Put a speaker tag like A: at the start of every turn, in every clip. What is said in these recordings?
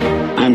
A: I'm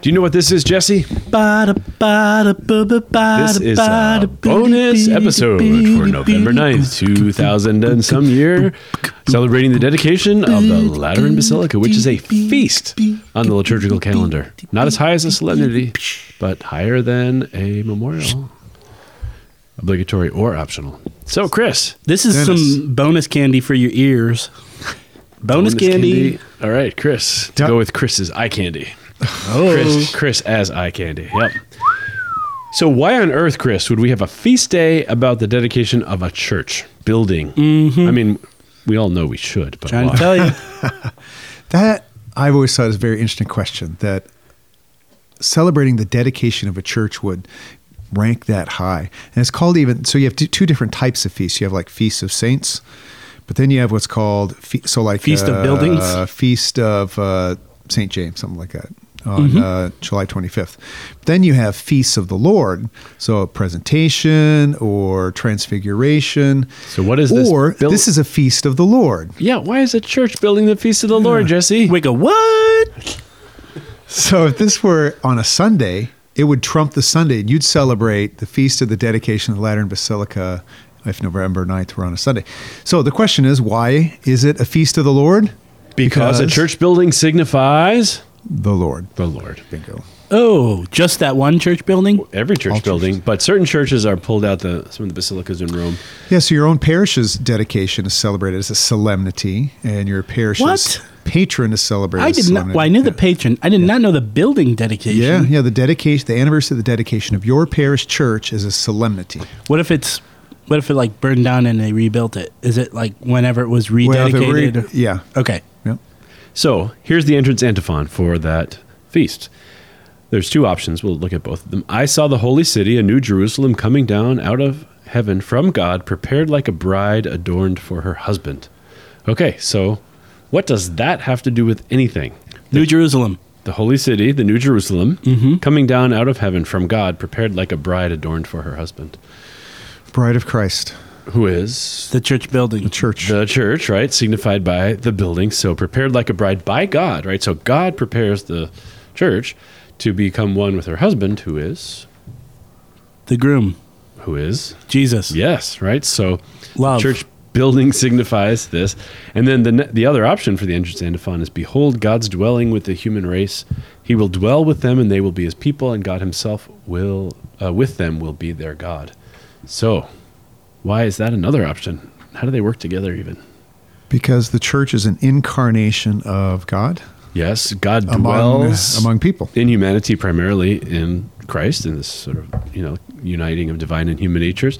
B: Do you know what this is, Jesse? This
C: This
B: is a bonus episode for November 9th, 2000 and some year, celebrating the dedication of the Lateran Basilica, which is a feast on the liturgical calendar. Not as high as a solemnity, but higher than a memorial. Obligatory or optional. So, Chris.
C: This is
D: Dennis.
C: some bonus candy for your ears. Bonus, candy.
B: All right, Chris. To
D: Yep. Oh.
B: go with Chris's eye candy. Chris, Chris as eye candy. Yep. So why on earth, Chris, would we have a feast day about the dedication of a church building?
D: Mm-hmm.
B: I mean, we all know we should, but
C: Trying
B: why?
C: to tell you.
D: That I've always thought is a very interesting question that celebrating the dedication of a church would rank that high. And it's called even so you have two- two different types of feasts. You have like feasts of saints, but then you have what's called fe- so like
C: Feast of
D: uh,
C: buildings?
D: feast of uh, Saint James, something like that. On uh, July 25th. Then you have feasts of the Lord, so presentation or transfiguration.
B: So what is this
D: Or
B: built-
D: this is a feast of the Lord.
B: yeah, why is a church building the feast of the Lord, Jesse?
C: Wait, go, what?
D: So if this were on a Sunday, it would trump the Sunday, and you'd celebrate the feast of the dedication of the Lateran Basilica if November 9th were on a Sunday. So the question is, why is it a feast of the Lord?
B: because a church building signifies
D: the Lord.
B: the Lord.
D: Bingo.
C: Oh, just that one church building?
B: Every church
D: All churches.
B: building, but certain churches are pulled out the some of the basilicas in Rome.
D: Yeah, so your own parish's dedication is celebrated as a solemnity, and your parish's
C: What?
D: patron is celebrated.
C: I
D: as
C: did not.
D: solemnity.
C: Well, I knew the
D: Yeah.
C: patron. I did not know the building dedication.
D: Yeah, yeah. The dedication, the anniversary of the dedication of your parish church is a solemnity.
C: What if it's? What if it like burned down and they rebuilt it? Is it like whenever it was
D: if it
C: rededicated?
D: were- yeah,
C: okay.
D: yeah.
B: So here's the entrance antiphon for that feast. There's two options. We'll look at both of them. I saw the holy city, a new Jerusalem, coming down out of heaven from God, prepared like a bride adorned for her husband. Okay, so what does that have to do with anything?
C: New Jerusalem.
B: The holy city, the new Jerusalem,
D: Mm-hmm.
B: coming down out of heaven from God, prepared like a bride adorned for her husband,
D: Bride of Christ,
B: who is
C: The church building.
D: church.
B: the church, right? Signified by the building. So prepared like a bride by God, right? So God prepares the church to become one with her husband, who is,
C: The groom.
B: who is,
C: Jesus.
B: yes, right? So
C: Love.
B: church building signifies this. And then the, ne- the other option for the entrance antiphon is behold, God's dwelling with the human race. He will dwell with them and they will be his people, and God himself will, uh, with them, will be their God. So why is that another option? How do they work together even?
D: Because the church is an incarnation of God
B: Yes, God
D: among,
B: dwells
D: among people.
B: in humanity primarily in Christ in this sort of you know uniting of divine and human natures.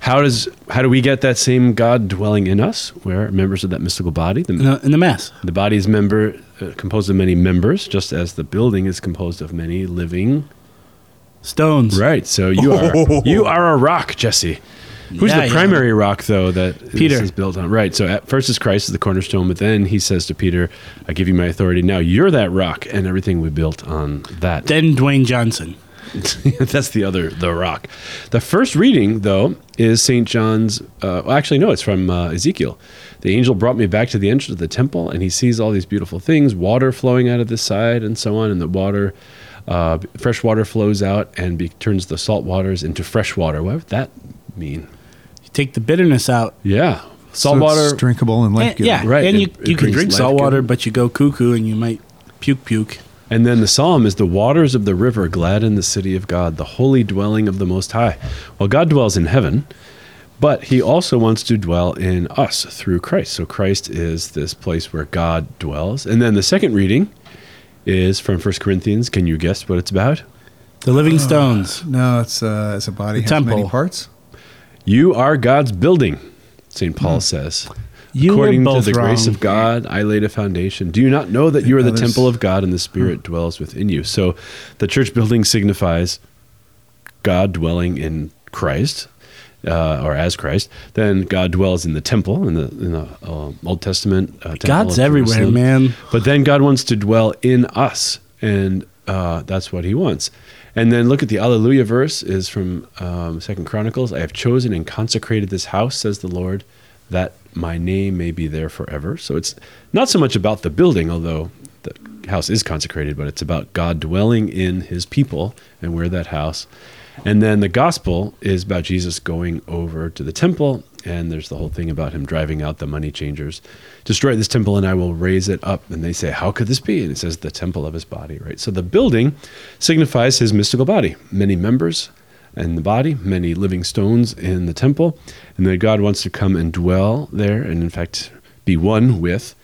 B: How does how do we get that same God dwelling in us? We're members of that mystical body. The,
C: In the, in the mass.
B: the body is member uh, composed of many members, just as the building is composed of many living.
C: Stones.
B: Right. So you are you are a rock, Jesse. Who's
C: Yeah,
B: the
C: yeah.
B: primary rock though that
C: Peter.
B: this is built on? Right. So at first is Christ is the cornerstone, but then he says to Peter, "I give you my authority. Now you're that rock, and everything we built on that."
C: Then Dwayne Johnson.
B: That's the other, the rock. The first reading, though, is St. John's. Uh, well, actually, no, it's from uh, Ezekiel. The angel brought me back to the entrance of the temple, and he sees all these beautiful things water flowing out of the side, and so on. And the water, uh, fresh water flows out and be, turns the salt waters into fresh water. What would that mean?
C: You take the bitterness out.
B: Yeah. Salt
D: So it's
B: water.
D: drinkable and
C: And,
D: life-giving.
C: yeah.
B: Right,
C: And
B: it-
C: you,
B: it
C: you can
B: brings
C: drink
B: life
C: salt water,
B: giving.
C: but you go cuckoo and you might puke puke.
B: And then the psalm is the waters of the river gladden the city of God, the holy dwelling of the Most High. Well, God dwells in heaven, but he also wants to dwell in us through Christ. So Christ is this place where God dwells. And then the second reading is from 1 Corinthians. Can you guess what it's about?
C: The living
B: Ah.
C: stones.
D: No, it's uh, it's a body
C: The
D: has many
C: temple.
D: parts. Hmm.
B: You are God's building, St. Paul says.
C: You were
B: According to
C: both
B: the grace
C: wrong.
B: of God, I laid a foundation. Do you not know that you are the
D: Others-
B: temple of God and the Spirit
C: Hmm.
B: dwells within you? So the church building signifies God dwelling in Christ, uh, or as Christ. Then God dwells in the temple in the in the uh, Old Testament. Uh, temple
C: God's
B: of
C: everywhere,
B: Jerusalem.
C: man.
B: But then God wants to dwell in us, and uh, that's what He wants. And then look at the Alleluia verse is from um, Second Chronicles. I have chosen and consecrated this house, says the Lord, that my name may be there forever. So it's not so much about the building, although the house is consecrated, but it's about God dwelling in His people, and we're that house. And then the gospel is about Jesus going over to the temple, and there's the whole thing about him driving out the money changers. Destroy this temple, and I will raise it up. And they say, How could this be? And it says, The temple of his body, right? So the building signifies his mystical body, many members in the body, many living stones in the temple, and that God wants to come and dwell there, and in fact, be one with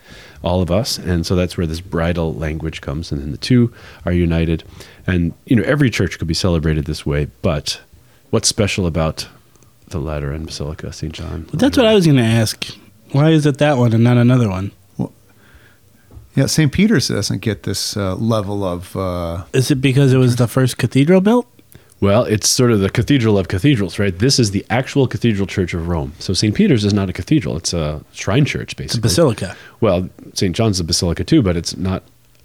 B: all of us. And so that's where this bridal language comes. And then the two are united. And, you know, every church could be celebrated this way. But what's special about the Lateran Basilica of St. John?
C: But that's what I was going to ask. Why is it that one and not another one?
D: Yeah, St. Peter's doesn't get this uh, level of. Uh,
C: Is it because it was the first cathedral built?
B: Well, it's sort of the cathedral of cathedrals, right? This is the actual cathedral church of Rome. So St. Peter's is not a cathedral, it's a shrine church,
C: It's a
B: basically.
C: basilica.
B: Well, St. John's a basilica too, but it's not.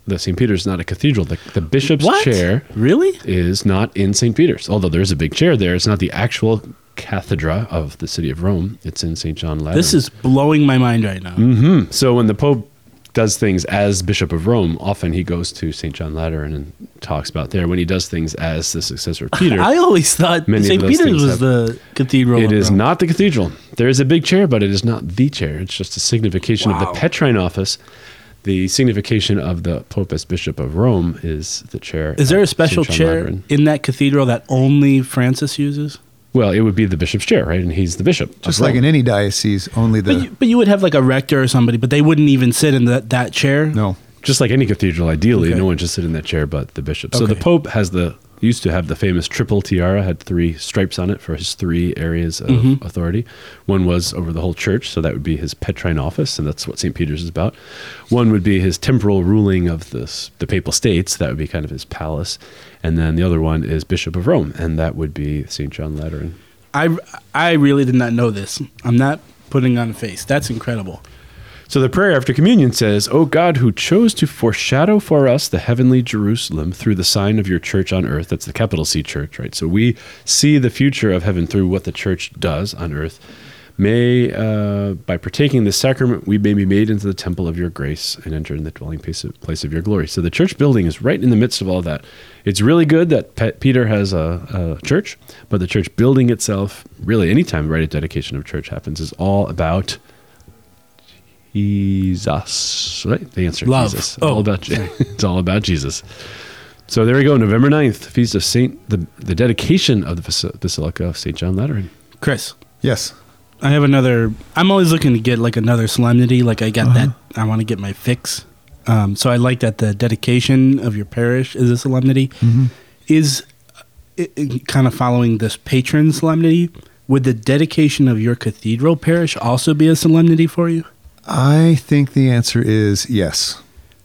B: The St. Peter's is not a cathedral. The, the bishop's
C: What?
B: chair
C: Really?
B: is not in St. Peter's. Although there is a big chair there, it's not the actual cathedra of the city of Rome. It's in St. John Lateran.
C: This is blowing my mind right now.
B: Mm, so when the Pope does things as Bishop of Rome, often he goes to St. John Lateran and talks about there. When he does things as the successor of Peter,
C: I always thought
B: Many of
C: St.
B: those
C: Peter's
B: things
C: was
B: have-
C: the cathedral.
B: it
C: of
B: is
C: Rome.
B: not the cathedral. There is a big chair, but it is not the chair. It's just a signification of
C: Wow.
B: the Petrine office. The signification of the Pope as Bishop of Rome is the chair.
C: Is there
B: at
C: a special
B: St. John
C: chair
B: Lateran.
C: in that cathedral that only Francis uses?
B: Well, it would be the bishop's chair, right? And he's the bishop. of
D: just like
B: Rome.
D: in any diocese, only the.
C: But you, but you would have like a rector or somebody, but they wouldn't even sit in that that chair.
D: no.
B: just like any cathedral, ideally,
C: Okay.
B: no one should sit in that chair but the bishop. So
C: Okay.
B: the Pope has the used to have the famous triple tiara, had three stripes on it for his three areas of
C: Mm-hmm.
B: authority. One was over the whole church, so that would be his Petrine office, and that's what St. Peter's is about. One would be his temporal ruling of this, the papal states, that would be kind of his palace. And then the other one is Bishop of Rome, and that would be St. John Lateran.
C: I I really did not know this. I'm not putting on a face. That's incredible.
B: So the prayer after communion says, O God, who chose to foreshadow for us the heavenly Jerusalem through the sign of your church on earth. That's the capital C church, right? So we see the future of heaven through what the church does on earth. May, uh, by partaking the sacrament, we may be made into the temple of your grace and enter in the dwelling place of, place of your glory. So the church building is right in the midst of all that. It's really good that Pe- Peter has a, a church, but the church building itself, really, anytime right a dedication of church happens, is all about Jesus. Right? The answer is
C: Love.
B: Jesus.
C: Oh.
B: All about, Je- it's all about Jesus. So there we go, November 9th, Feast of Saint, the, the dedication of the Basi- Basilica of St. John Lateran.
C: Chris,
D: Yes.
C: I have another. I'm always looking to get like another solemnity. Like I got that. I want to get my fix. Um, so I like that the dedication of your parish is a solemnity. Is it, it, kind of following this patron solemnity. Would the dedication of your cathedral parish also be a solemnity for you?
D: I think the answer is yes.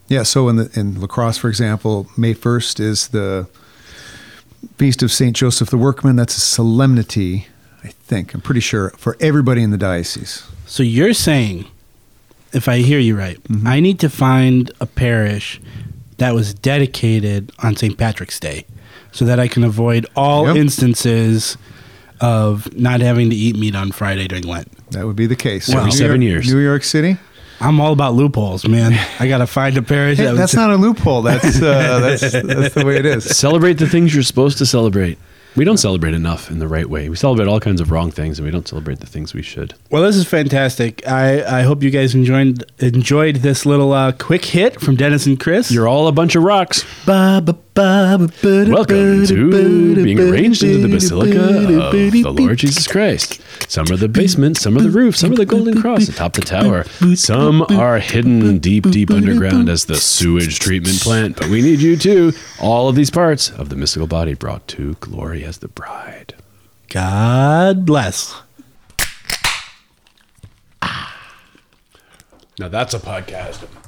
D: Yeah. So in the in lacrosse, for example, May first is the feast of Saint Joseph the Workman. That's a solemnity. I think I'm pretty sure for everybody in the diocese.
C: So you're saying, if I hear you right,
D: Mm-hmm.
C: I need to find a parish that was dedicated on St. Patrick's Day so that I can avoid all
D: Yep.
C: instances of not having to eat meat on Friday during Lent.
D: That would be the case.
B: Every
D: New
B: seven
D: York-
B: years.
D: New York City.
C: I'm all about loopholes, man. I got to find a parish
D: Hey,
C: that
D: that's
C: was.
D: not a loophole. That's uh, that's that's the way it is.
B: celebrate the things you're supposed to celebrate. We don't celebrate enough in the right way. We celebrate all kinds of wrong things, and we don't celebrate the things we should.
C: well, this is fantastic. I, I hope you guys enjoyed enjoyed this little uh, quick hit from Dennis and Chris.
B: You're all a bunch of rocks.
C: welcome
B: Welcome to being arranged into the Basilica of the Lord Jesus Christ. Some are the basement, some are the roof, some are the golden cross atop the tower. Some are hidden deep, deep underground as the sewage treatment plant. But we need you too. All of these parts of the mystical body brought to glory as the bride.
C: God bless.
B: Now that's a podcast.